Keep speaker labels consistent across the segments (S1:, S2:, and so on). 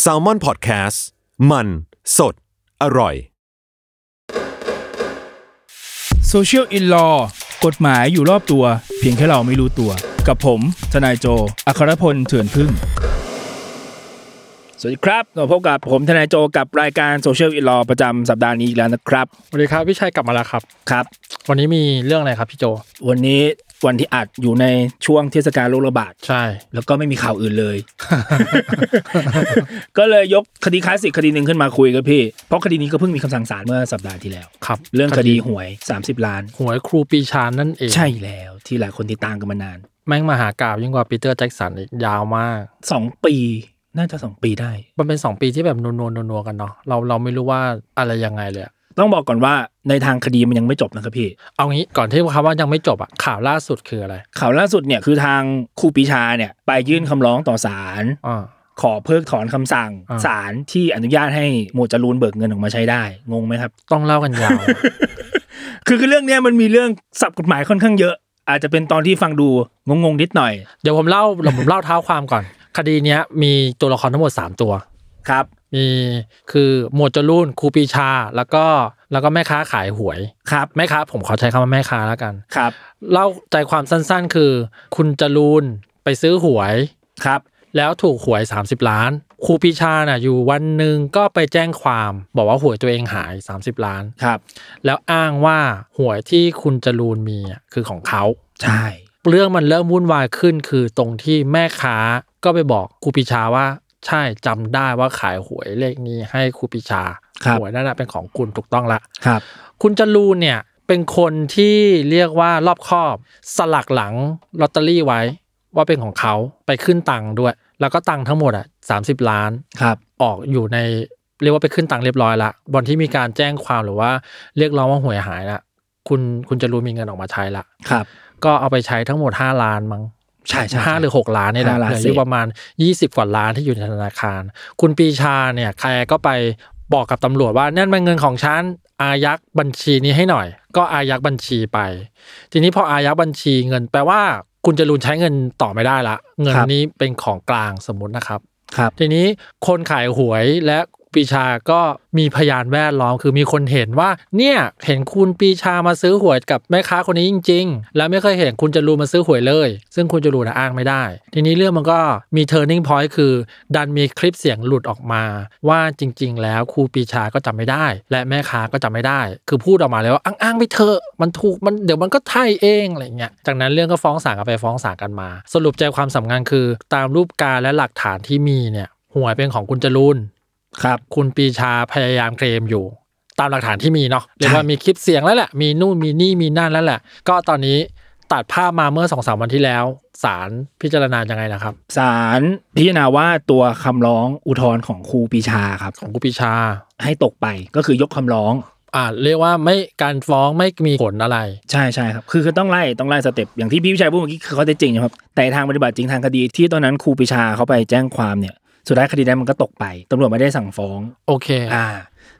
S1: แซลมอนพอดแคสต์มันสดอร่อย
S2: Social in Law กฎหมายอยู่รอบตัว เพียงแค่เราไม่รู้ตัว กับผมทนายโจ อัครพลเถื่อนพึ่ง สวัสดีครับเราพบกับผมทนายโจกับรายการ Social in Law ประจำสัปดาห์นี้อีกแล้วนะครับ
S3: สวัสดีครับพี่ชัยกลับมาแล้วครับ
S2: ครับ
S3: วันนี้มีเรื่องอะไรครับพี่โจ
S2: วันนี้วันที่อัดอยู่ในช่วงเทศกาลโรคระบาด
S3: ใช่
S2: แล้วก็ไม่มีข่าวอื่นเลย ก็เลยยกคดีคลาสสิกคดีหนึ่งขึ้นมาคุยกับพี่ เพราะคดีนี้ก็เพิ่งมีคำสั่งศาลเมื่อสัปดาห์ที่แล้ว
S3: ครับ
S2: เรื่องคดีหวย 30 ล้าน
S3: หวยครูปรีชานั่นเอง
S2: ใช่แล้วที่หลายคนติดตามกันมานาน
S3: แม่งมหากราบยิ่งกว่าปีเตอร์แจ็กสันอีกยาวมาก
S2: สองปีน่าจะสองปีได้
S3: มันเป็น 2 ปีที่แบบนัวๆนัวๆกันเนาะเราเราไม่รู้ว่าอะไรยังไงเลยอะ
S2: ต้องบอกก่อนว่าในทางคดีมันยังไม่จบนะครับพี่
S3: เอางี้ก่อนที่คำว่ายังไม่จบอะข่าวล่าสุดคืออะไร
S2: ข่าวล่าสุดเนี่ยคือทางครูปรีชาเนี่ยไปยื่นคำร้องต่อศาล
S3: อ่า
S2: ขอเพิกถอนคำสั่ง
S3: อ่า
S2: ศาลที่อนุญาตให้หมวดจรูนเบิกเงินออกมาใช้ได้ งงไหมครับ
S3: ต้องเล่ากันยาว
S2: คือคือเรื่องเนี้ยมันมีเรื่องสับกฎหมายค่อนข้างเยอะ อาจจะเป็นตอนที่ฟังดูงงงๆนิดหน่อย
S3: เดี๋ยวผมเล่าเราผมเล่าเท้าความก่อน คดีเนี้ยมีตัวละครทั้งหมด 3 ตัว
S2: ครับ
S3: มีคือหมวดจรูนครูปรีชาแล้วก็แล้วก็แม่ค้าขายหวย
S2: ครับ
S3: แม่ค้าผมขอใช้คำว่าแม่ค้าแล้วกัน
S2: ครับ
S3: เล่าใจความสั้นๆ คือ คุณจรูนไปซื้อหวย
S2: ครับ
S3: แล้วถูกหวย 30 ล้าน ครูปรีชาน่ะอยู่วันหนึ่งก็ไปแจ้งความ บอกว่าหวยตัวเองหาย 30 ล้าน
S2: ครับ
S3: แล้วอ้างว่าหวยที่คุณจรูนมีอ่ะคือของเขา
S2: ใช่
S3: เรื่องมันเริ่มวุ่นวายขึ้นคือตรงที่แม่ค้าก็ไปบอกครูปรีชาว่า ใช่จำได้ว่าขายหวยเลขนี้ให้ครูปรีชาหวยนั่นนะเป็นของคุณถูกต้องละ
S2: ครับ
S3: คุณจรูนเนี่ยเป็นคนที่เรียกว่ารอบคอบ สลักหลังลอตเตอรี่ไว้ว่าเป็นของเขาไปขึ้นตังค์ด้วย แล้วก็ตังค์ทั้งหมดอ่ะสาล้าน
S2: ครับ
S3: ออกอยู่ในเรียกว่าไปขึ้นตังค์เรียบร้อยละบอนที่มีการแจ้งความหรือว่าเรียกร้องว่าหวยหายละคุณคุณจรูนมีเงินออกมาใช้ละ
S2: ครับ
S3: ก็เอาไปใช้ทั้งหมด 5 ล้านมั้ง
S2: ใช่ใช่
S3: ห้าหรือ 6 ล้านนี่แหละ
S2: ห้าล้าน
S3: เหลืออยู่
S2: เศษ
S3: ประมาณ 20 กว่าล้านที่อยู่ในธนาคาร คุณปรีชาเนี่ยใครก็ไปบอกกับตำรวจว่านั่นเป็นเงินของฉันอายักบัญชีนี้ให้หน่อย ก็อายักบัญชีไป ทีนี้พออายักบัญชีเงินแปลว่า คุณจรูนใช้เงินต่อไม่ได้ละ เงิน
S2: ครับ
S3: นี้เป็นของกลางสมมุตินะครับ
S2: ครับ
S3: ทีนี้คนขายหวยและปรีชาก็มีพยานแวดล้อมคือมีคนเห็นว่า เนี่ยเห็นคุณปรีชามาซื้อหวยกับแม่ค้าคนนี้จริง ๆ แล้วไม่เคยเห็นคุณจรูนมาซื้อหวยเลย ซึ่งคุณจรูนน่ะอ้างไม่ได้ ทีนี้เรื่องมันก็มี turning point คือ ดันมีคลิปเสียงหลุดออกมา ว่าจริง ๆ แล้วครูปรีชาก็จำไม่ได้ และแม่ค้าก็จำไม่ได้ คือพูดออกมาเลยว่าอ้างอ้างๆไปเถอะมันถูกมันเดี๋ยวมันก็ไทยเองอะไรเงี้ยจากนั้นเรื่องก็ฟ้องศาลกันไปฟ้องศาลกันมา สรุปใจความสำคัญคือ ตามรูปการณ์และหลักฐานที่มีเนี่ยหวยเป็นของคุณจรูน
S2: ครับ
S3: คุณปรีชาพยายามเคลมอยู่ ตามหลักฐานที่มีเนาะเรียกว่ามีคลิปเสียงแล้วแหละ มีนู่นมีนี่มีนั่นแล้วแหละ ก็ตอนนี้ตัดภาพมาเมื่อสองสามวันที่แล้วศาลพิจารณายังไงนะครับ
S2: ศาลพิจารณาว่าตัวคำร้องอุทธรณ์ของครูปรีชาครับ
S3: ของคุณปรีชา
S2: ให้ตกไปก็คือยกคำร้อง
S3: อ่าเรียกว่าไม่การฟ้องไม่มีผลอะไร
S2: ใช่ใช่ครับ คือคือต้องไล่ต้องไล่สเต็ปอย่างที่พี่วิชัยพูดเมื่อกี้คือเขาได้จริงนะครับ แต่ทางปฏิบัติจริงทางคดีที่ตอนนั้นครูปรีชาเขาไปแจ้งความเนี่ย สุดท้ายคดีนั้นมันก็ตกไปตำรวจไม่ได้สั่งฟ้อง
S3: โอเค
S2: อ่า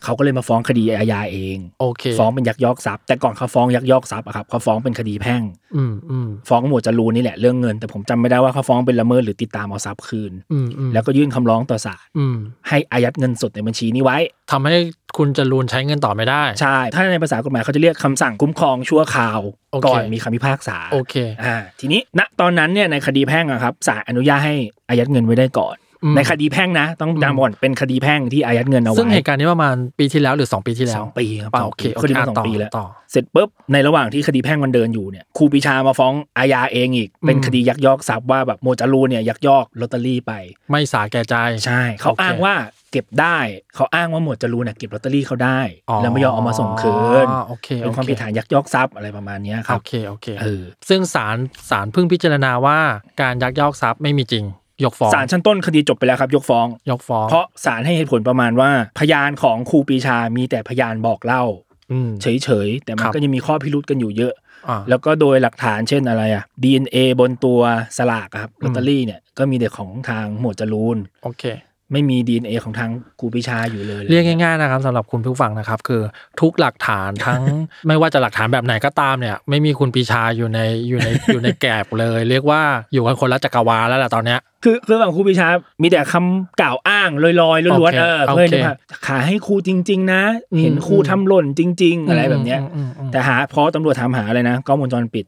S2: เขาก็เลยมาฟ้องคดีอาญาเอง
S3: โอเค
S2: ฟ้องเป็นยักยอกทรัพย์แต่ก่อนเขาฟ้องยักยอกทรัพย์อะครับเขาฟ้องเป็นคดีแพ่ง
S3: อืมอืม
S2: ฟ้องหมวดจรูนนี่แหละเรื่องเงิน แต่ผมจำไม่ได้ว่าเขาฟ้องเป็นละเมิดหรือติดตามเอาทรัพย์คืน
S3: อืมอืม
S2: แล้วก็ยื่นคำร้องต่อศาล
S3: อืม
S2: ให้อายัดเงินสดในบัญชีนี้ไว้
S3: ทำให้คุณจรูนใช้เงินต่อไม่ได้
S2: ใช่ ถ้าในภาษากฎหมายเขาจะเรียกคำสั่งคุ้มครองชั่วคราว
S3: โอเค
S2: ก่อนมีคำพิพากษา
S3: โอเค
S2: อ่าทีนี้ณตอนนั้นเนี่ยในคดีแพ่งอะครับศาลอนุญาตให้อายัดเงินไว้ได้ก่อน
S3: อืม
S2: ในคดีแพ่งนะ ต้องจำก่อนเป็นคดีแพ่งที่อายัดเงินเอาไว้
S3: ซึ่งเหตุการณ์นี้ประมาณปีที่แล้วหรือสองปีที่แล้
S2: ส
S3: ว
S2: องปีครับ
S3: อ่าโอเค
S2: สองปีคดีมา
S3: ะ
S2: สองปีแล้ว
S3: ต่อ
S2: เสร็จปุ๊บในระหว่างที่คดีแพ่งมันเดินอยู่เนี่ยครูปรีชามาฟ้องอาญาเองอีก เป็น
S3: อืม
S2: คดียักยอกทรัพย์ว่าแบบโมวดจรูนเนี่ยยักยอกลอตเตอรี่ไป
S3: ไม่สาแก่ใจ
S2: ใช่เขา
S3: โอเค
S2: อ้างว่าเก็บได้ เขาอ้างว่าหมวดจรูนน่ะเก็บลอตเตอรี่เขาได้
S3: อ๋อ
S2: แล้วไม่ยอมเอามาส่งคืน
S3: โอเค
S2: เป็นความ
S3: โอเค
S2: ผิดฐานยักยอกทรัพย์อะไรประมาณเนี้ยครั
S3: โอบ เคโอเค
S2: เออ
S3: ซึ่งศาลศาลเพิ่งพิจารณาว่าการยักยอกทรัพย์ไม่มีจริง ยกฟ้อง
S2: ศาลชั้นต้นคดีจบไปแล้วครับยกฟ้อง
S3: ยกฟ้อง
S2: เพราะศาลให้เหตุผลประมาณว่า พยานของครูปรีชามีแต่พยานบอกเล่า
S3: อืม
S2: เฉยๆ แต่มั
S3: คน รับ
S2: ก็ยังมีข้อพิรุษกันอยู่เยอะ
S3: อ่า
S2: แล้วก็โดยหลักฐานเช่นอะไรอะ DNA บนตัวสลากอะครับลอตเตอรี่เนี่ยก็มีแต่ของทางหมวดจรูน
S3: โอเค
S2: ไม่มี DNA ของทางครูปรีชาอยู่เลย
S3: เรียกง่ายๆนะครับสำหรับคุณผู้ฟังนะครับคือทุกหลักฐานทั้ง ไม่ว่าจะหลักฐานแบบไหนก็ตามเนี่ย ไม่มีคุณปีชาอยู่ในอยู่ใน อยู่ในแกลบเลย เรียกว่าอยู่กันคนละจักรวาลแล้วล่ะตอนเนี้ย
S2: คือคือฝั่งครูปรีชา มีแต่คำกล่าวอ้างลอยๆล้วนๆ
S3: โอเค
S2: เออเพื่อน
S3: โอเค
S2: จะมาขายให้ครูจริง ๆ นะ
S3: อืม
S2: เห็นครูทำหล่นจริง ๆ อะไรแบบเนี้ย
S3: อืมอืมอืม
S2: แต่หาพอตำรวจถามหาอะไรนะกล้องวงจรปิด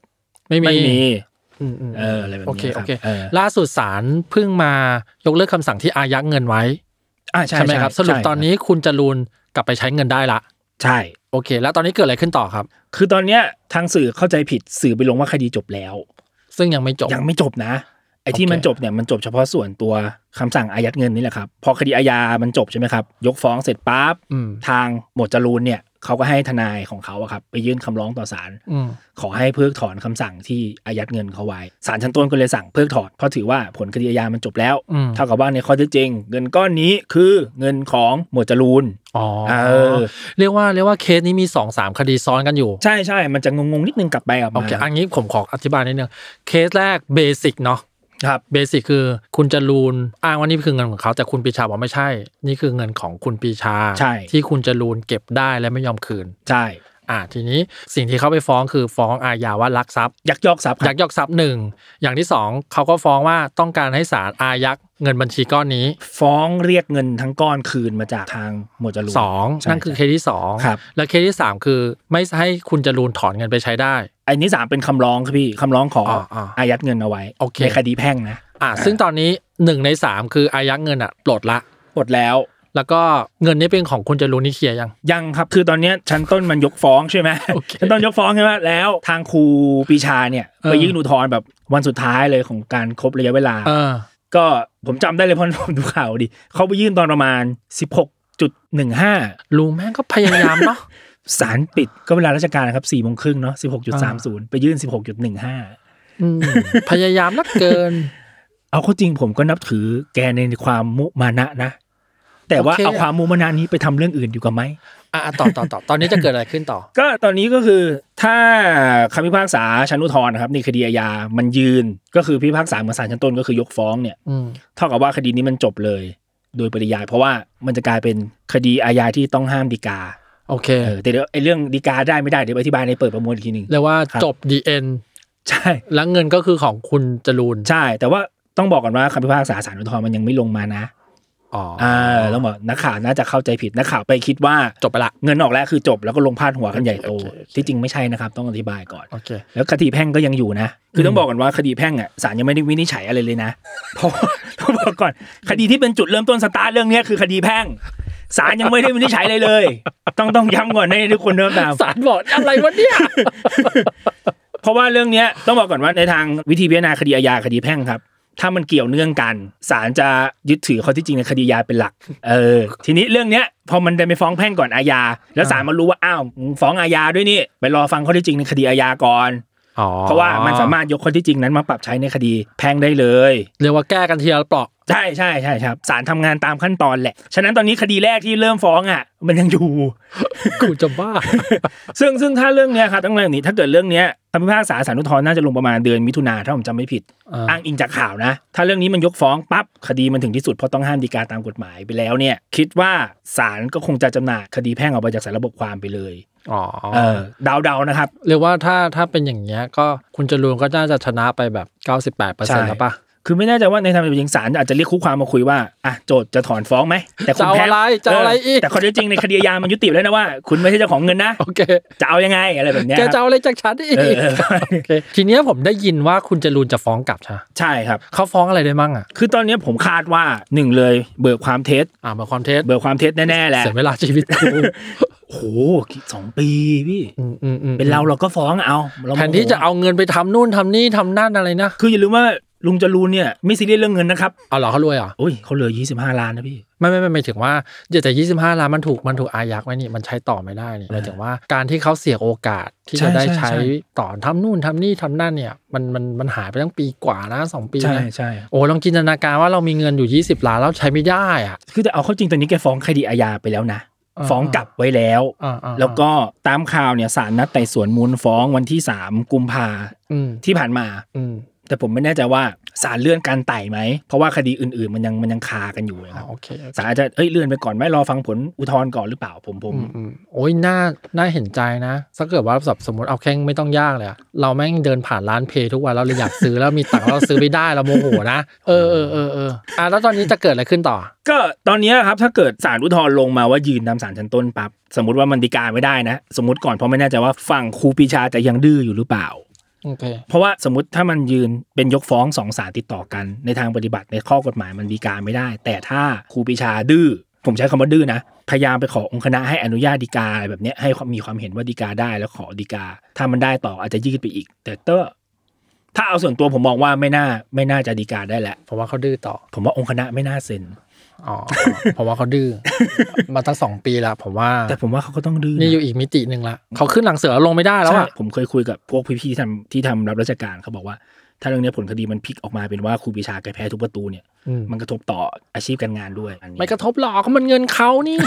S3: ไม่มี
S2: ไม่มี
S3: อืมอืม
S2: เอออะไรแบบนี้
S3: โอเค
S2: ครั
S3: โอบ เค
S2: เออ
S3: ล่าสุดศาลเพิ่งมายกเลิกคำสั่งที่อายัดเงินไว้
S2: อ่าใช่
S3: ไหมครับ
S2: ใช่
S3: สรุป
S2: ใช่
S3: ตอนนี้คุณจรูนกลับไปใช้เงินได้ละ
S2: ใช่
S3: โอเค แล้วตอนนี้เกิดอะไรขึ้นต่อครับ
S2: คือตอนเนี้ยทางสื่อเข้าใจผิดสื่อไปลงว่าคดีจบแล้ว
S3: ซึ่งยังไม่จบ
S2: ยังไม่จบนะ ไอ้ที่
S3: โอเค
S2: มันจบเนี่ยมันจบเฉพาะส่วนตัวคำสั่งอายัดเงินนี่แหละครับ พอคดีอาญามันจบใช่ไหมครับ ยกฟ้องเสร็จปั๊บ
S3: อืม
S2: ทางหมวดจรูนเนี่ยเขาก็ให้ทนายของเขาอะครับ ไปยื่นคำร้องต่อศาล
S3: อืม
S2: ขอให้เพิกถอนคำสั่งที่อายัดเงินเขาไว้ศาลชั้นต้นก็เลยสั่งเพิกถอนเพราะถือว่าผลคดีอาญามันจบแล้ว
S3: อืม
S2: เท่ากับว่าในข้อเท็จจริง เงินก้อนนี้คือเงินของหมวดจรูน
S3: อ๋อ
S2: เออ
S3: เรียกว่าเรียกว่าเคสนี้มีสองสามคดีซ้อนกันอยู่
S2: ใช่ใช่มันจะงงๆนิดนึงกลับไปกลับ
S3: โอ
S2: มา
S3: เคอันนี้ผมขออธิบายนิดนึง เคสแรกเบสิกเนาะ
S2: ครับ
S3: เบสิกคือคุณจรูนอ้างว่านี่คือเงินของเขา แต่คุณปีชาบอกไม่ใช่ นี่คือเงินของคุณปีชา
S2: ใช่
S3: ที่คุณจรูนเก็บได้และไม่ยอมคืน
S2: ใช่
S3: อ่า ทีนี้สิ่งที่เขาไปฟ้องคือฟ้องอาญาว่ารักทรัพย์
S2: ยักยอกทรัพย์ค
S3: ยั
S2: รับ
S3: กยอกทรัพย์หนึ่ง อย่างที่สองเขาก็ฟ้องว่าต้องการให้ศาลอายัดเงินบัญชีก้อนนี้
S2: ฟ้องเรียกเงินทั้งก้อนคืนมาจากทางหมวดจรูน
S3: สอง
S2: ใช่
S3: นั่นคือเคสที่สอง
S2: ครับ
S3: และเคสที่สามคือไม่ให้คุณจรูนถอนเงินไปใช้ได้
S2: อันนี้สามเป็นคำร้องครับพี่คำร้องขอ
S3: อ่าอ่า
S2: อายัดเงินเอาไว้
S3: โอเค
S2: ในคดีแพ่งนะ
S3: อ่าซึ่งตอนนี้หนึ่งในสามคืออายัดเงินอ่ะปลดละ
S2: หมดแล้ว
S3: แล้วก็เงินนี้เป็นของคุณจรูนนี่เคลียร์ยัง
S2: ยังครับคือตอนเนี้ยชั้นต้นมันยกฟ้องใช่ไหม
S3: โอเค
S2: ชั้นต้นยกฟ้องใช่ไหมแล้วทางครูปรีชาเนี่ย
S3: เออ
S2: ไปยื่นอุทธรณ์แบบวันสุดท้ายเลยของการครบระยะเวลา
S3: เออ
S2: ก็ผมจำได้เลย เพราะผมดูข่าวดิเขาไปยื่นตอนประมาณ 16.15
S3: ลุงแม่งก็พยายาม เนาะ
S2: ศาลปิดก็เวลาราชการนะครับ4โมงครึ่งเนาะ16.30 ไปยื่น 16.15
S3: อืมพยายามนักเกิน
S2: เอาเข้าจริงผมก็นับถือแกในความมุมานะนะ แต่ว่า
S3: โอเค
S2: เอาความมุมานะนี้ไปทำเรื่องอื่นอยู่กับไหม
S3: อ่ะอ่ะต่อต่อต่อตอนนี้จะเกิดอะไรขึ้นต่อ
S2: ก็ตอนนี้ก็คือถ้าคำพิพากษาชั้นอุทธรณ์นะครับในคดีอาญามันยืน ก็คือพิพากษาเหมือนศาลชั้นต้นก็คือยกฟ้องเนี่ย
S3: อืม
S2: เท่ากับว่าคดีนี้มันจบเลย โดยปริยาย เพราะว่ามันจะกลายเป็นคดีอาญาที่ต้องห้ามฎีกา
S3: โอเค
S2: เออแต่เดี๋ยวไอ้เรื่องฎีกาได้ไม่ได้เดี๋ยวอธิบายในเปิดประมวลอีกทีหนึ่ง
S3: เรียกว่า
S2: ครับ
S3: จบดีเอ็น
S2: ใช่
S3: แล้วเงินก็คือของคุณจรูน
S2: ใช่ แต่ว่าต้องบอกก่อนว่าคำพิพากษาศาลอุทธรณ์มันยังไม่ลงมานะ
S3: อ๋อ
S2: อ่าต้องบอกนักข่าวน่าจะเข้าใจผิดนักข่าวไปคิดว่า
S3: จบไปละ
S2: เงินออกแล้วคือจบแล้วก็ลงพาดหัวกันใหญ่โต
S3: โอเคโอเค
S2: ที่จริงไม่ใช่นะครับ ต้องอธิบายก่อน
S3: โอเค
S2: แล้วคดีแพ่งก็ยังอยู่นะ คือต้องบอกก่อนว่าคดีแพ่งอ่ะศาลยังไม่ได้วินิจฉัยอะไรเลยนะ เพราะว่าต้องบอกก่อน คดีที่เป็นจุดเริ่มต้นสตาร์ทเรื่องเนี้ยคือคดีแพ่งศาลยังไม่ได้วินิจฉัยอะไรเลย ต้องต้องย้ำก่อนให้ทุกคนเริ่มตาม
S3: สารบอกอะไรวะเนี่ย
S2: เพราะว่าเรื่องเนี้ยต้องบอกก่อนว่าในทางวิธีพิจารณาคดีอาญาคดีแพ่งครับ ถ้ามันเกี่ยวเนื่องกันศาลจะยึดถือข้อที่จริงในคดียาเป็นหลัก เออ ทีนี้เรื่องเนี้ยพอมันได้ไปฟ้องแพ่งก่อนอาญาแล้วศาลมารู้ว่าอ้าวมึงฟ้องอาญาด้วยนี่ไปรอฟังข้อที่จริงในคดีอาญาก่อน
S3: อ๋อ
S2: เพราะว่ามันสามารถยกข้อที่จริงนั้นมาปรับใช้ในคดีแพ่งได้เลย
S3: เรียกว่าแก้กันทีละเปราะ
S2: ใช่ใช่ใช่ครับศาลทำงานตามขั้นตอนแหละฉะนั้นตอนนี้คดีแรกที่เริ่มฟ้องอ่ะ มันยังอยู่
S3: กูจะบ้า
S2: ซึ่งซึ่งถ้าเรื่องเนี้ยครับต้องเรื่องนี้ถ้าเกิดเรื่องเนี้ยคำพิพากษาศาลอุทธรณ์น่าจะลงประมาณเดือนมิถุนาถ้าผมจำไม่ผิด อ้างอิงจากข่าวนะ ถ้าเรื่องนี้มันยกฟ้องปั๊บคดีมันถึงที่สุดเพราะต้องห้ามฎีกาตามกฎหมายไปแล้วเนี่ย คิดว่าศาลก็คงจะจำหน่ายคดีแพ่งออกไปจากสารระบบความไปเลย
S3: อ๋อ
S2: เออเดาๆนะครับ
S3: เรียกว่าถ้าถ้าเป็นอย่างเงี้ยก็คุณจรูนก็น่าจะชนะไปแบบ 98%แล้วปะ
S2: คือไม่แน่ใจว่าในทางปฏิบัติจริงศาลอาจจะเรียกคู่ความมาคุยว่าอ่ะโจทย์จะถอนฟ้องไหมแต่คุณ
S3: จะเอา
S2: แพ้
S3: อะไรจะเอาอะไรอีก
S2: แต่ข้อเท็จจริงในคดีอาญามันยุติแล้วนะว่า คุณไม่ใช่เจ้าของเงินนะ
S3: โอเค
S2: จะเอายังไงอะไรแบบเนี้ย
S3: แก
S2: ครับ
S3: จะเอาอะไรจากฉันอีก
S2: เออเอ อ
S3: โอเคทีเนี้ยผมได้ยินว่าคุณจรูนจะฟ้องกลับใช่ไหม
S2: ใช่ครับ
S3: เขาฟ้องอะไรได้มั่งอ่ะ
S2: คือตอนเนี้ยผมคาดว่าหนึ่งเลยเบิกความเท็จ
S3: อ่ามาความเท็จ
S2: เบิกความเท็จแน่ๆแหละ
S3: เสียเวลาชีวิตกู
S2: โอ้โหสองปีพี่
S3: อืมอืมอืม
S2: เป็นเราเราก็ฟ้องเอาเราโมโห
S3: แทนที่จะเอาเงินไปทำนู่นทำนี่ทำนั่นอะไรนะ
S2: คืออย่าลืมว่า ลุงจรูนเนี่ยไม่ซีเรียสเรื่องเงินนะครับ
S3: เอาเหรอเขารวยเหรอ
S2: โอ้ยเขาเหลือ 25 ล้านนะพี่
S3: ไม่ไม่ไม่หมายถึงว่าเดี๋ยวแต่ยี่สิบห้าล้านมันถูกมันถูกอายัดไว้นี่มันใช้ต่อไม่ได้นี่หมายถึงว่าการที่เขาเสียโอกาสที่
S2: ใช่
S3: จะได้
S2: ใช่
S3: ใช้
S2: ใช่
S3: ต่อทำนู่นทำนี่ทำนั่นเนี่ยมันมันมันหายไปตั้งปีกว่านะสองปี
S2: ใช่
S3: นะ
S2: ใช่
S3: โอ้ลองจินตนาการว่าเรามีเงินอยู่ 20 ล้านแล้วใช้ไม่ได้อ่ะ
S2: คือแต่เอาเข้าจริงตอนนี้แกฟ้องคดีอาญาไปแล้วนะ
S3: อ่า
S2: ฟ้องกลับไว้แล้ว
S3: อ่าอ่า
S2: แล้วก็ตามข่าวเนี่ยศาลนัดไต่สวนมูลฟ้องวันที่ 3 กุมภา
S3: อืม
S2: ที่ผ่านมา
S3: อืม
S2: แต่ผมไม่แน่ใจว่าศาลเลื่อนการไต่ไหม เพราะว่าคดีอื่นๆ มันยังมันยังคากันอยู่นะค
S3: อ่า
S2: รับ
S3: โอเค
S2: ศาลอาจจะเอ้ยเลื่อนไปก่อนไหมรอฟังผลอุทธรณ์ก่อนหรือเปล่าผมผม
S3: อืมอืมโอ้ยน่าน่าเห็นใจนะถ้าเกิดว่าสมมติเอาแค่งไม่ต้องยากเลยอะเราแม่งเดินผ่านร้านเพย์ทุกวันแล้วเราอยากซื้อ แล้วมีตังค์แล้วเราซื้อไม่ได้เราโมโหนะเออเออเออเอออ่ะแล้วตอนนี้จะเกิดอะไรขึ้นต่อ
S2: ก็ตอนเนี้ยครับถ้าเกิดศาลอุทธรณ์ลงมาว่ายืนตามศาลชั้นต้นปั๊บสมมติว่ามันฎีกาไม่ได้นะ สมมติก่อนเพราะไม่แน่ใจว่าฝั่งครูปรีชาจะยังดื้ออยู่หรือเปล่า
S3: โอเค
S2: เพราะว่าสมมติถ้ามันยืนเป็นยกฟ้องสองศาลติดต่อกันในทางปฏิบัติในข้อกฎหมายมันดีกาไม่ได้ แต่ถ้าครูปรีชาดื้อผมใช้คำว่าดื้อนะพยายามไปขอองค์คณะให้อนุญาตดีกาอะไรแบบเนี้ยให้มีความเห็นว่าดีกาได้แล้วขอดีกา ถ้ามันได้ต่ออาจจะยืดไปอีก แต่เตอถ้าเอาส่วนตัวผมมองว่าไม่น่าไม่น่าจะดีกาได้แหละ
S3: ผมว่าเขาดื้อต่อ
S2: ผมว่าองค์คณะไม่น่าเซ็น
S3: อ๋อ ผมว่าเขาดื้อมาตั้งสองปีละผมว่า
S2: แต่ผมว่าเขาก็ต้องดื้อนะ
S3: นี่อยู่อีกมิติหนึ่งละเขาขึ้นหลังเสือลงไม่ได้แล้ว
S2: ใช่
S3: อ่ะ
S2: ผมเคยคุยกับพวกพี่ๆที่ทำที่ทำรับราชการเขาบอกว่า ถ้าเรื่องเนี้ยผลคดีมันพลิกออกมาเป็นว่าครูปรีชาแกแพ้ทุกประตูเนี่ย
S3: อืม
S2: มันกระทบต่ออาชีพการงานด้วยอันนี้
S3: ไม่กระทบหรอกมันเงินเขา นี่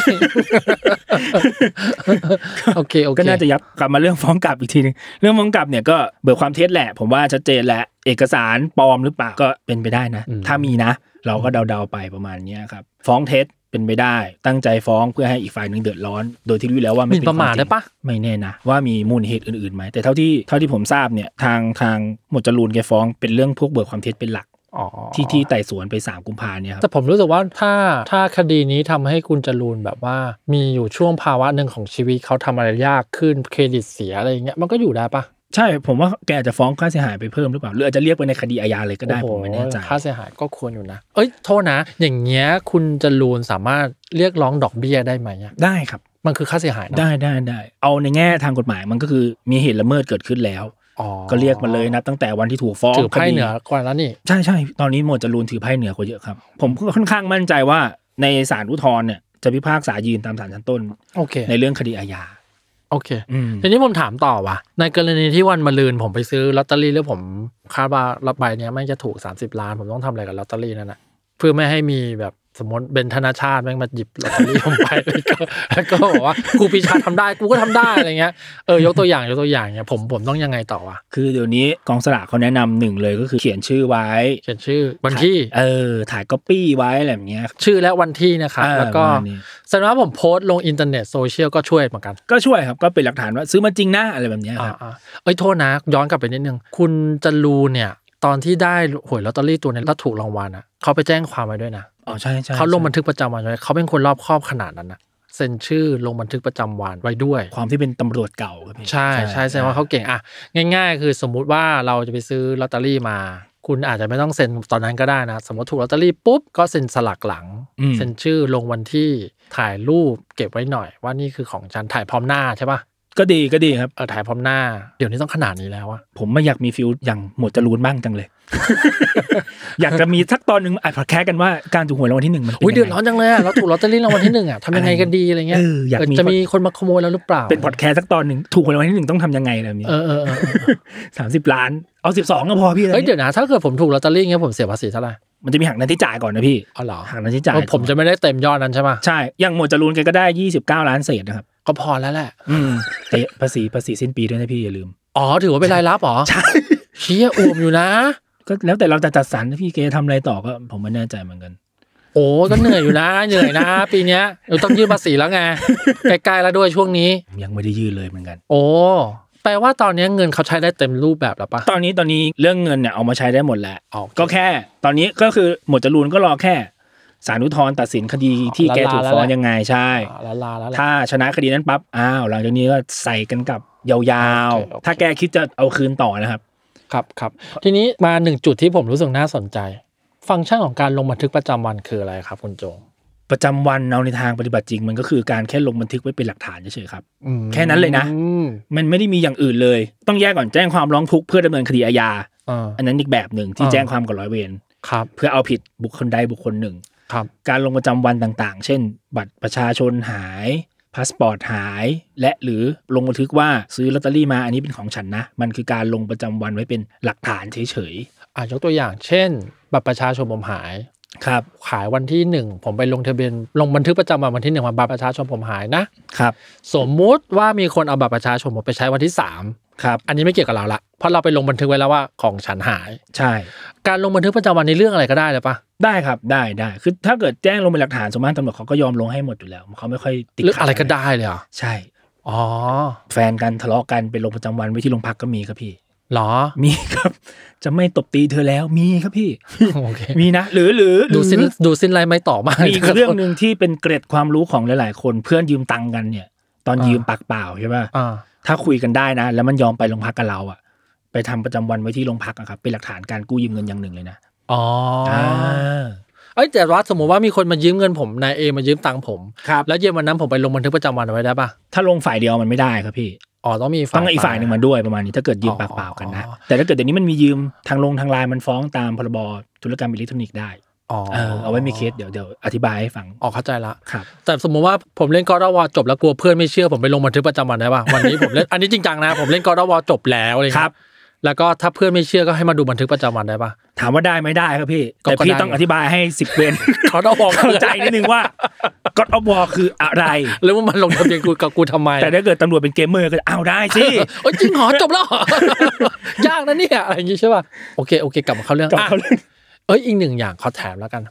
S3: โอเคโอเค
S2: ก็น่าจะยับกลับมาเรื่องฟ้องกลับอีกทีหนึงเรื่องฟ้องกลับเนี่ยก็เบิกความเท็จแหละ ผมว่าชัดเจนแหละ เอกสารปลอมหรือเปล่าก็เป็นไปได้นะ
S3: อืม
S2: ถ้ามีนะ เราก็เดาๆไปประมาณเนี้ยครับ ฟ้องเท็จเป็นไปได้ ตั้งใจฟ้องเพื่อให้อีกฝ่ายหนึ่งเดือดร้อน โดยที่รู้แล้วว่า
S3: ห
S2: ไม่
S3: มิ่น
S2: เป็น
S3: ประมาท
S2: ควจ
S3: ได้
S2: ง
S3: ปะ
S2: ไม่แน่นะ ว่ามีมูลเหตุอื่นๆไหมแต่เท่าที่เท่าที่ผมทราบเนี่ยทางทางหมวดจรูนแกฟ้องเป็นเรื่องพวกเบิกความเท็จเป็นหลัก
S3: อ๋อ
S2: ที่ที่ไต่สวนไปสามกุมภาเนี่ยครับ
S3: แต่ผมรู้สึกว่าถ้าถ้าคดีนี้ทำให้คุณจรูนแบบว่า มีอยู่ช่วงภาวะหนึ่งของชีวิตเขาทำอะไรยากขึ้นเครดิตเสียอะไรอย่างเงี้ยมันก็อยู่ได้ปะ
S2: ใช่ผมว่าแกอาจจะฟ้องค่าเสียหายไปเพิ่มหรือเปล่าหรืออาจจะเรียกไปในคดีอาญาเลยก็ได้
S3: โอ้
S2: ผ
S3: โห
S2: มไม่แน่ใจ
S3: ค่าเสียหายก็ควรอยู่นะ เอ้ยโทษนะ อย่างเงี้ยคุณจรูนสามารถเรียกร้องดอกเบี้ยได้ไหมอะ
S2: ได้ครับ
S3: มันคือค่าเสียหายเนอะ
S2: ได้ได้ได้ เอาในแง่ทางกฎหมายมันก็คือมีเหตุละเมิดเกิดขึ้นแล้ว
S3: อ๋อ
S2: ก็เรียกมาเลยนะตั้งแต่วันที่ถูกฟ้อง
S3: ถือไพ่
S2: คดี
S3: เหนือกว่าแล้วนี่
S2: ใช่ใช่ตอนนี้หมวดจรูนถือไพ่เหนือกว่าเยอะครับ ผมก็ค่อนข้างมั่นใจว่าในศาลอุทธรณ์เนี่ยจะพิพากษายืนตามศาลชั้นต้น
S3: โอเค
S2: ในเรื่องคดีอาญา
S3: โอเค
S2: อืม
S3: ทีนี้ผมถามต่อว่ะในกรณีที่วันมะรืนผมไปซื้อลอตเตอรี่แล้วผมคาดว่ารับใบเนี้ยไม่งจะถูก 30 ล้าน ผมต้องทำอะไรกับลอตเตอรี่นั่นนะเพื่อไม่ให้มีแบบสมมติเบนธนาชาติแม่งมาหยิบลอตเตอรี่ผมไป แล้วก็ แล้วก็บอกว่ากูปีชาทำได้กูก็ทำได้อะไรเงี้ยเออยกตัวอย่างยกตัวอย่างเนี้ยผมผมต้องยังไงต่อวะ
S2: คือเดี๋ยวนี้กองสลากเขาแนะนำหนึ่งเลยก็คือเขียนชื่อไว้
S3: เขียนชื่อวันที่
S2: เออ ถ่ายก๊อปปี้ไว้อะไรแบบเนี้ยครับ
S3: ชื่อและวันที่นะครับ
S2: อ่า
S3: แล้วก็
S2: ประมาณนี้
S3: แสดงว่าผมโพสต์ลงอินเทอร์เน็ตโซเชียลก็ช่วยเหมือนกัน
S2: ก็ช่วยครับก็เป็นหลักฐานว่าซื้อมาจริงนะอะไรแบบเนี้ยค
S3: อ่า
S2: รับ
S3: อ่าเอ้ยโทษนะ ย้อนกลับไปนิดนึง คุณจรูนเนี่ย ตอนที่ได้หวยลอตเตอรี่ตัวเนี้แล้วถูกรางวัลอ่ะเขาไปแจ้งความไว้ด้วยนะ
S2: อ๋อใช่ใช่
S3: เขาลงบันทึกประจำวันไว้เขาเป็นคนรอบครอบขนาดนั้นนะเซ็นชื่อลงบันทึกประจำวันไว้ด้วย
S2: ความที่เป็นตำรวจเก่าครับพี่
S3: ใช่ใช่แสดงว่าเขาเก่งอ่ะง่าย ๆ คือสมมุติว่าเราจะไปซื้อลอตเตอรี่มา คุณอาจจะไม่ต้องเซ็นตอนนั้นก็ได้นะ สมมติถูกลอตเตอรี่ปุ๊บก็เซ็นสลักหลัง
S2: อืม
S3: เซ็นชื่อลงวันที่ถ่ายรูปเก็บไว้หน่อย ว่านี่คือของฉันถ่ายพร้อมหน้าใช่ปะ
S2: ก็ดีก็ดีครับ
S3: เออถ่ายพร้อมหน้า เดี๋ยวนี้ต้องขนาดนี้แล้วอะ
S2: ผมไม่อยากมีฟิลอย่างหมวดจรูนบ้างจังเลย อยากจะมีสักตอนหนึ่งอ่ะพอดแคสกันว่าการถูกหวยรางวัลที่หนึ่งมันป็
S3: อุ้ย
S2: งไง
S3: เดือดร้อนจังเลยอะเรา ถูกลอตเตอรี่รางวัลที่หนึ่งอะทำยังไงกันดีอะไรเงี้ย
S2: เอออยากมี
S3: จะมีคนมาขโมยแล้วหรือเปล่า
S2: เป็นพอดแคสสักตอนหนึ่งถูกหวยรางวัลที่หนึ่งต้องทำยังไงอะไรแบบเนี้
S3: เออเออเออเออ
S2: สามสิบล้านเอาสิบสองก็พอพี่
S3: เฮ้ยเดี๋ยวนะถ้าเกิดผมถูกลอตเตอรี่เงี้ยผมเสียภาษีเท่าไหร่
S2: มันจะมีหักหน้าที่จ่ายก่อนนะพี่
S3: อ๋อเหรอ
S2: หักหน้าที่จ่าย
S3: เออผมจะไม่ได้เต็มยอดนั้นใช่ไหม
S2: ใช่อย่างหมวดจรูนแกก็ได้ยี่สิบเก้าล้านเศษนะครับ
S3: ก็พอแล้วแหละ
S2: อืมแต่ภาษีภาษีสิ้นปีด้วยนะพี่อย่าลืม
S3: อ๋อถือว่าเป็นรายรับเหรอ
S2: ใช่
S3: เชี่ยอวมอยู่นะ
S2: ก็แล้วแต่เราจะจัดสรรนะพี่เกทำอะไรต่อก็ผมไม่แน่ใจเหมือนกัน
S3: โอ้ก็เหนื่อยอยู่นะเหนื่อยนะ ปีเนี้ยเราต้องยื่นภาษีแล้วไงใกล้ๆแล้วด้วยช่วงนี้
S2: ผมยังไม่ได้ยื่นเลยเหมือนกัน
S3: โอ้แปลว่าตอนเนี้ยเงินเขาใช้ได้เต็มรูปแบบแล้วปะ
S2: ตอนนี้ตอนนี้เรื่องเงินเนี่ยเอามาใช้ได้หมดแหละ
S3: อ๋อ
S2: ก็แค่ ตอนนี้ก็คือหมวดจรูนก็รอแค่สารอุทธรณ์ตัดสินคดีที่แกถูกฟ้องยังไงใช่
S3: อ่าละลาแล้วแหละ
S2: ถ้าชนะคดีนั้นปั๊บอ้าวหลังจากนี้ก็ใส่กันกับยาว
S3: โอ
S2: ๆ
S3: เคโอเค
S2: ถ้าแกคิดจะเอาคืนต่อนะครับ
S3: ครับครับทีนี้มาหนึ่งจุดที่ผมรู้สึกน่าสนใจ ฟังก์ชันของการลงบันทึกประจำวันคืออะไรครับคุณโจง
S2: ประจำวันเอาในทางปฏิบัติจริง มันก็คือการแค่ลงบันทึกไว้เป็นหลักฐานเฉยๆครับ
S3: อืม
S2: แค่นั้นเลยนะ
S3: อืม
S2: มันไม่ได้มีอย่างอื่นเลย ต้องแยกก่อนแจ้งความร้องทุกข์เพื่อดำเนินคดีอาญา
S3: อ่า
S2: อันนั้นอีกแบบหนึ่งที่
S3: อ่า
S2: แจ้งความกับร้อยเวร
S3: ครับ
S2: เพื่อเอาผิดบุคคลใดบุคคลหนึ่ง
S3: ครับ
S2: การลงประจำวันต่างๆ เช่น บัตรประชาชนหายพาสปอร์ตหาย และหรือลงบันทึกว่าซื้อลอตเตอรี่มาอันนี้เป็นของฉันนะ มันคือการลงประจำวันไว้เป็นหลักฐานเฉย
S3: อ่ายกตัวอย่าง เช่นบัตรประชาชนผมหาย
S2: ๆ ครับ
S3: ขายวันที่หนึ่งผมไปลงทะเบียนลงบันทึกประจำวันวันที่หนึ่งวันบัตรประชาชนผมหายนะ
S2: ครับ
S3: สมมุติว่ามีคนเอาบัตรประชาชนผมไปใช้วันที่สาม
S2: ครับ
S3: อันนี้ไม่เกี่ยวกับเราละเพราะเราไปลงบันทึกไว้แล้วว่าของฉันหาย
S2: ใช่
S3: การลงบันทึกประจำวันในเรื่องอะไรก็ได้เลยปะ
S2: ได้ครับ ได้ได้ คือถ้าเกิดแจ้งลงเป็นหลักฐานสมมติตำรวจเขาก็ยอมลงให้หมดอยู่แล้ว เขาไม่ค่อยติด
S3: เรื่อง
S2: ขั
S3: อะไรก็ได้เลยเหรอ
S2: ใช่
S3: อ๋อ
S2: แฟนกันทะเลาะกันไปลงประจำวันไว้ที่โรงพักก็มีครับพี่
S3: เหรอ
S2: มีครับ จะไม่ตบตีเธอแล้ว มีครับพี่
S3: โอเค
S2: มีนะ หรือหรือ
S3: ดูสิ้น
S2: หรือ
S3: ดูสิ้นไรไม่ต่อมาก
S2: มีอีกเรื่องหนึ่งที่เป็นเกร็ดความรู้ของหลาย ๆ คนเพื่อนยืมตังค์กันเนี่ย ตอนยืมปากเปล่าใช่ป่ะ
S3: อ่า
S2: ถ้าคุยกันได้นะ แล้วมันยอมไปโรงพักกับเราอะไปทำประจำวันไว้ที่โรงพักอะครับ เป็นหลักฐานการกู้ยืมเงินอย่างหนึ่งเลยนะ
S3: อ๋ออา เอ้ยแต่ว่าสมมติว่ามีคนมายืมเงินผมนายเอมายืมตังค์ผม
S2: ครับ
S3: แล้วเย็นวันนั้นผมไปลงบันทึกประจำวันไว้ได้ปะ
S2: ถ้าลงฝ่ายเดียวมันไม่ได้ครับพี่
S3: อ๋อต้องมี
S2: ต้
S3: ฝ่า
S2: อง
S3: ย
S2: ให้อีกฝ่ายหนึ่งมาด้วยประมาณนี้ถ้าเกิดยืมปากเปล่ากันนะ
S3: อ๋อ
S2: แต่ถ้าเกิดเดี๋ยวนี้มันมียืมทางลงทางไลน์มันฟ้องตามพรบธุรกรรมอิเล็กทรอนิกส์ได้
S3: อ๋อ
S2: เออเอาไว้มีเคสเดี๋ยวเดี๋ยวอธิบายให้ฟัง
S3: อ๋อเข้าใจละ
S2: ครับ
S3: แต่สมมุติว่าผมเล่นกอร์ดวอจบแล้วกลัวเพื่อนไม่เชื่อผมไปลงบันทึกประจำวันได้ป่ะวันนี้ผมเล่น อันนี้จริงจังนะผมเล่นกอร์ดวอจบแล้วอะไรเงี้ย
S2: ครับ
S3: แล้วก็ถ้าเพื่อนไม่เชื่อก็ให้มาดูบันทึกประจำวันได้ ป่ะ
S2: ถามว่าได้ไหม่ได้ครับพี่
S3: ก็
S2: แต่พี่
S3: ก็ได้
S2: ต้องอธิบายให้สิบเวน
S3: กอร์ดวอ
S2: เข้าใจนิดนึงว่าก็ออบอคืออะไร
S3: แล้วมันลงทะเบียนกูกับกูทำไม
S2: แต่ถ้าเกิดตำรวจเป็นเกมเมอร์ก็เอาได้สิ
S3: โอ้ยจริงเหรอจบแล้วเหรอ ยากนะเนี่ยอะไรอย่างงี้ใช่ป่ะโอเคโอเคกลับมาเข้าเรื่อง
S2: กับเขา
S3: อ่ะ
S2: เรื่อง
S3: เอ้ยอีกหนึ่งอย่างขอแถมแล้วกัน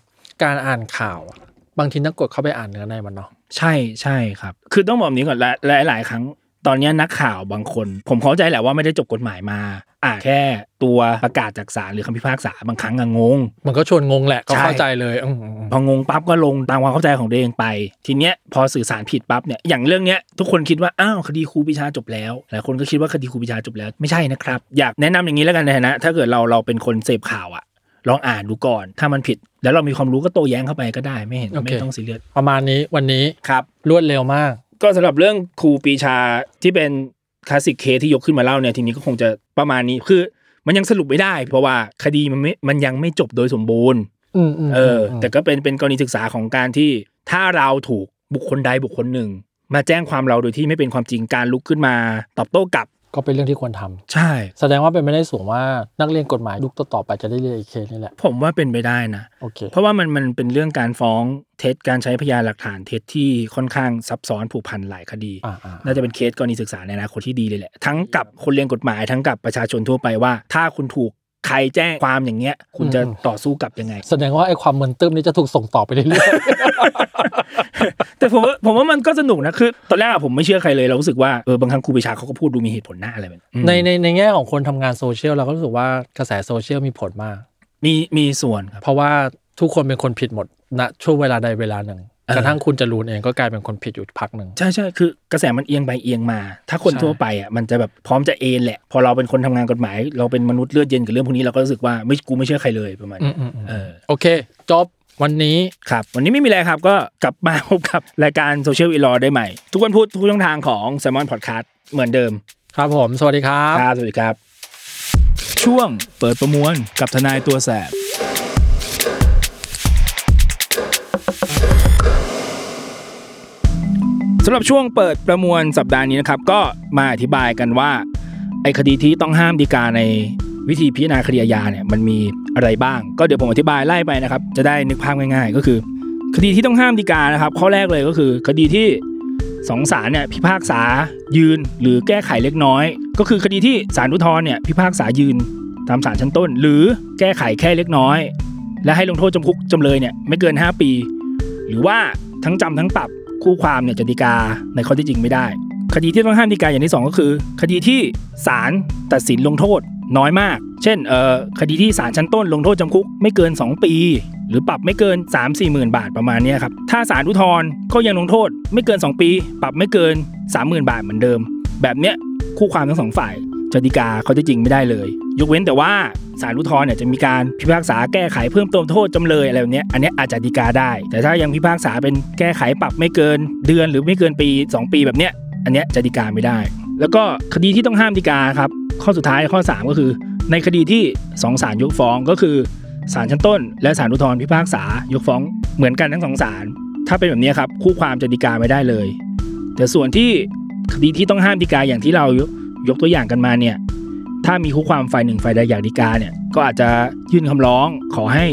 S3: การอ่านข่าวอะบางทีนักกดเข้าไปอ่านเนื้อในมันเนาะ
S2: ใช่ใช่ครับ คือต้องบอกแบบนี้ก่อนหลายหลาย ๆ ครั้งตอนเนี้ยนักข่าวบางคน ผมเข้าใจแหละว่าไม่ได้จบกฎหมายมา อ่านแค่ตัวประกาศจากศาลหรือคำพิพากษาบางครั้งอะงง
S3: มันก็ชวนงงแหละก็เข้า
S2: ใช่
S3: ใจเลยอืมอืมอืม
S2: พองงปั๊บก็ลงตามความเข้าใจของตัวเองไป ทีเนี้ยพอสื่อสารผิดปั๊บเนี่ยอย่างเรื่องเนี้ยทุกคนคิดว่าอ้าวคดีครูปรีชาจบแล้วหลายคนก็คิดว่าคดีครูปรีชาจบแล้วไม่ใช่นะครับ อยากแนะนำอย่างนี้แล้วกันในฐานะ ถ้าเกิดเราเราเป็นคนเสพข่าวอะลองอ่านดูก่อน ถ้ามันผิด แล้วเรามีความรู้ก็โต้แย้งเข้าไปก็ได้ไม่เห็นไม่ต้องซีเรียส
S3: ประมาณนี้วันนี้
S2: ครับ
S3: รวดเร็วมาก
S2: ก็สำหรับเรื่องครูปรีชาที่เป็นคลาสสิกเคสที่ยกขึ้นมาเล่าเนี่ยทีนี้ก็คงจะประมาณนี้คือมันยังสรุปไม่ได้ เพราะว่าคดีมันไม่มันยังไม่จบโดยสมบูรณ์
S3: อืมอืม
S2: เอออ
S3: ม
S2: แต่ก็เป็นเป็นกรณีศึกษาของการที่ถ้าเราถูกบุคคลใดบุคคลหนึ่ง มาแจ้งความเราโดยที่ไม่เป็นความจริงการลุกขึ้นมาตอบโต้กลับ
S3: ก็เป็นเรื่องที่ควรทำ
S2: ใช่
S3: แสดงว่าเป็นไม่ได้สูงว่านักเรียนกฎหมายยุคต่อๆไปจะได้เรียนอีกเคสนี่แหละ
S2: ผมว่าเป็นไปได้นะ
S3: โอเค
S2: เพราะว่ามันมันเป็นเรื่องการฟ้องเท็จการใช้พยานหลักฐานเท็จที่ค่อนข้างซับซ้อนผูกพันหลายคดี
S3: อ่าอ่า
S2: น่าจะเป็นเคสกรณีศึกษาในอนาคตที่ดีเลยแหละ ทั้งกับคนเรียนกฎหมายทั้งกับประชาชนทั่วไปว่า ถ้าคุณถูกใครแจ้งความอย่างเงี้ย คุณจะต่อสู้กลับยังไง
S3: แสดงว่าไอ้ความมึนตึ้มนี่จะถูกส่งต่อไปเรื่อย
S2: แต่ผมว่าผมว่ามันก็สนุกนะคือตอนแรกอะผมไม่เชื่อใครเลยเรารู้สึกว่าเออบางครั้งครูปรีชาเขาก็พูดดูมีเหตุผลหน้าอะไรแบบ
S3: ๆในในในแง่ของคนทำงานโซเชียลเราก็รู้สึกว่ากระแสโซเชียลมีผลมาก
S2: มีมีส่วนครับ
S3: เพราะว่าทุกคนเป็นคนผิดหมดณช่วงเวลาใดเวลาหนึ่ง
S2: เออ
S3: กระทั่งคุณจะรูนเองก็กลายเป็นคนผิดอยู่พักหนึ่ง
S2: ใช่ใช่คือกระแสมันเอียงไปเอียงมา ถ้าคน
S3: ใช่
S2: ทั่วไปอ่ะมันจะแบบพร้อมจะเอนแหละ พอเราเป็นคนทำงานกฎหมาย เราเป็นมนุษย์เลือดเย็นกับเรื่องพวกนี้เราก็รู้สึกว่าไม่กูไม่เชื่อใครเลยประมาณ
S3: อื
S2: นี้
S3: มอืมอืม
S2: เออ
S3: โอเค จบวันนี้
S2: ครับ วันนี้ไม่มีอะไรครับก็กลับมาพบกับรายการโซเชียลอีลอได้ใหม่ ทุกวันพุธทุกช่องทางของแซมมอนพอดแคสต์เหมือนเดิม
S3: ครับผมสวัสดีครับ
S2: ครับสวัสดีครับ ช่วงเปิดประมวลกับทนายตัวแสบ สำหรับช่วงเปิดประมวลสัปดาห์นี้นะครับ ก็มาอธิบายกันว่า ไอคดีที่ต้องห้ามดีกาในวิธีพิจารณาคดีอาญาเนี่ยมันมีอะไรบ้าง ก็เดี๋ยวผมอธิบายไล่ไปนะครับ จะได้นึกภาพง่ายๆ ก็คือ คดีที่ต้องห้ามดีกานะครับ ข้อแรกเลยก็คือ คดีที่สองศาลเนี่ยพิพากษายืนหรือแก้ไขเล็กน้อย ก็คือคดีที่ศาลอุทธรณ์เนี่ยพิพากษายืนตามศาลชั้นต้น หรือแก้ไขแค่เล็กน้อย และให้ลงโทษจำคุกจำเลยเนี่ยไม่เกิน 5 ปี หรือว่าทั้งจำทั้งปรับคู่ความเนี่ยจะฎีกาในข้อที่จริงไม่ได้ คดีที่ต้องห้ามฎีกาอย่างที่สองก็คือ คดีที่ศาลตัดสินลงโทษน้อยมาก เช่นเอ่อคดีที่ศาลชั้นต้นลงโทษจำคุกไม่เกิน 2 ปี หรือปรับไม่เกิน 3 4 0 0 0 0 บาทประมาณเนี้ยครับถ้าศาลอุทธรณ์ก็ยังลงโทษไม่เกิน 2 ปี ปรับไม่เกิน 30,000 บาทเหมือนเดิม แบบเนี้ยคู่ความทั้งสองฝ่าย จะฎีกาเขาจะจริงไม่ได้เลย ยกเว้นแต่ว่าศาลอุทธรณ์เนี่ยจะมีการพิพากษาแก้ไขเพิ่มเติมโทษจำเลยอะไรแบบเนี้ยอันเนี้ยอาจจะฎีกาได้ แต่ถ้ายังพิพากษาเป็นแก้ไขปรับไม่เกินเดือนหรือไม่เกินปี 2 ปีแบบเนี้ยอันเนี้ยจะฎีกาไม่ได้ แล้วก็คดีที่ต้องห้ามฎีกาครับข้อสุดท้ายข้อ 3 ก็คือ ในคดีที่สองศาลยกฟ้องก็คือศาลชั้นต้น และศาลอุทธรณ์พิพากษายกฟ้องเหมือนกันทั้งสองศาลถ้าเป็นแบบเนี้ยครับคู่ความจะฎีกาไม่ได้เลย แต่ส่วนที่คดีที่ต้องห้ามฎีกาอย่างที่เรายกตัวอย่างกันมาเนี่ยถ้ามีคู่ความฝ่ายหนึ่งฝ่ายใดอยากฎีกาเนี่ยก็อาจจะยื่นคำร้องขอให้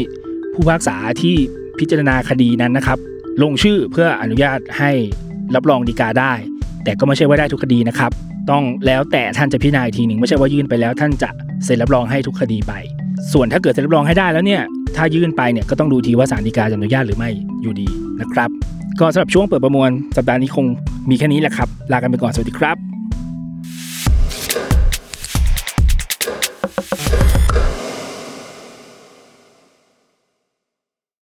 S2: ผู้พิพากษาที่พิจารณาคดีนั้นนะครับ ลงชื่อเพื่ออนุญาตให้รับรองฎีกาได้ แต่ก็ไม่ใช่ว่าได้ทุกคดีนะครับ ต้องแล้วแต่ท่านจะพิจารณาอีกทีหนึ่งไม่ใช่ว่ายื่นไปแล้วท่านจะเซ็นรับรองให้ทุกคดีไป ส่วนถ้าเกิดเซ็นรับรองให้ได้แล้วเนี่ยถ้ายื่นไปเนี่ยก็ต้องดูทีว่าศาลฎีกาจะอนุญาตหรือไม่อยู่ดีนะครับ ก็สำหรับช่วงเปิดประมวลสัปดาห์นี้คงมีแค่นี้แหละครับ ลากันไปก่อน สวัสดีครับ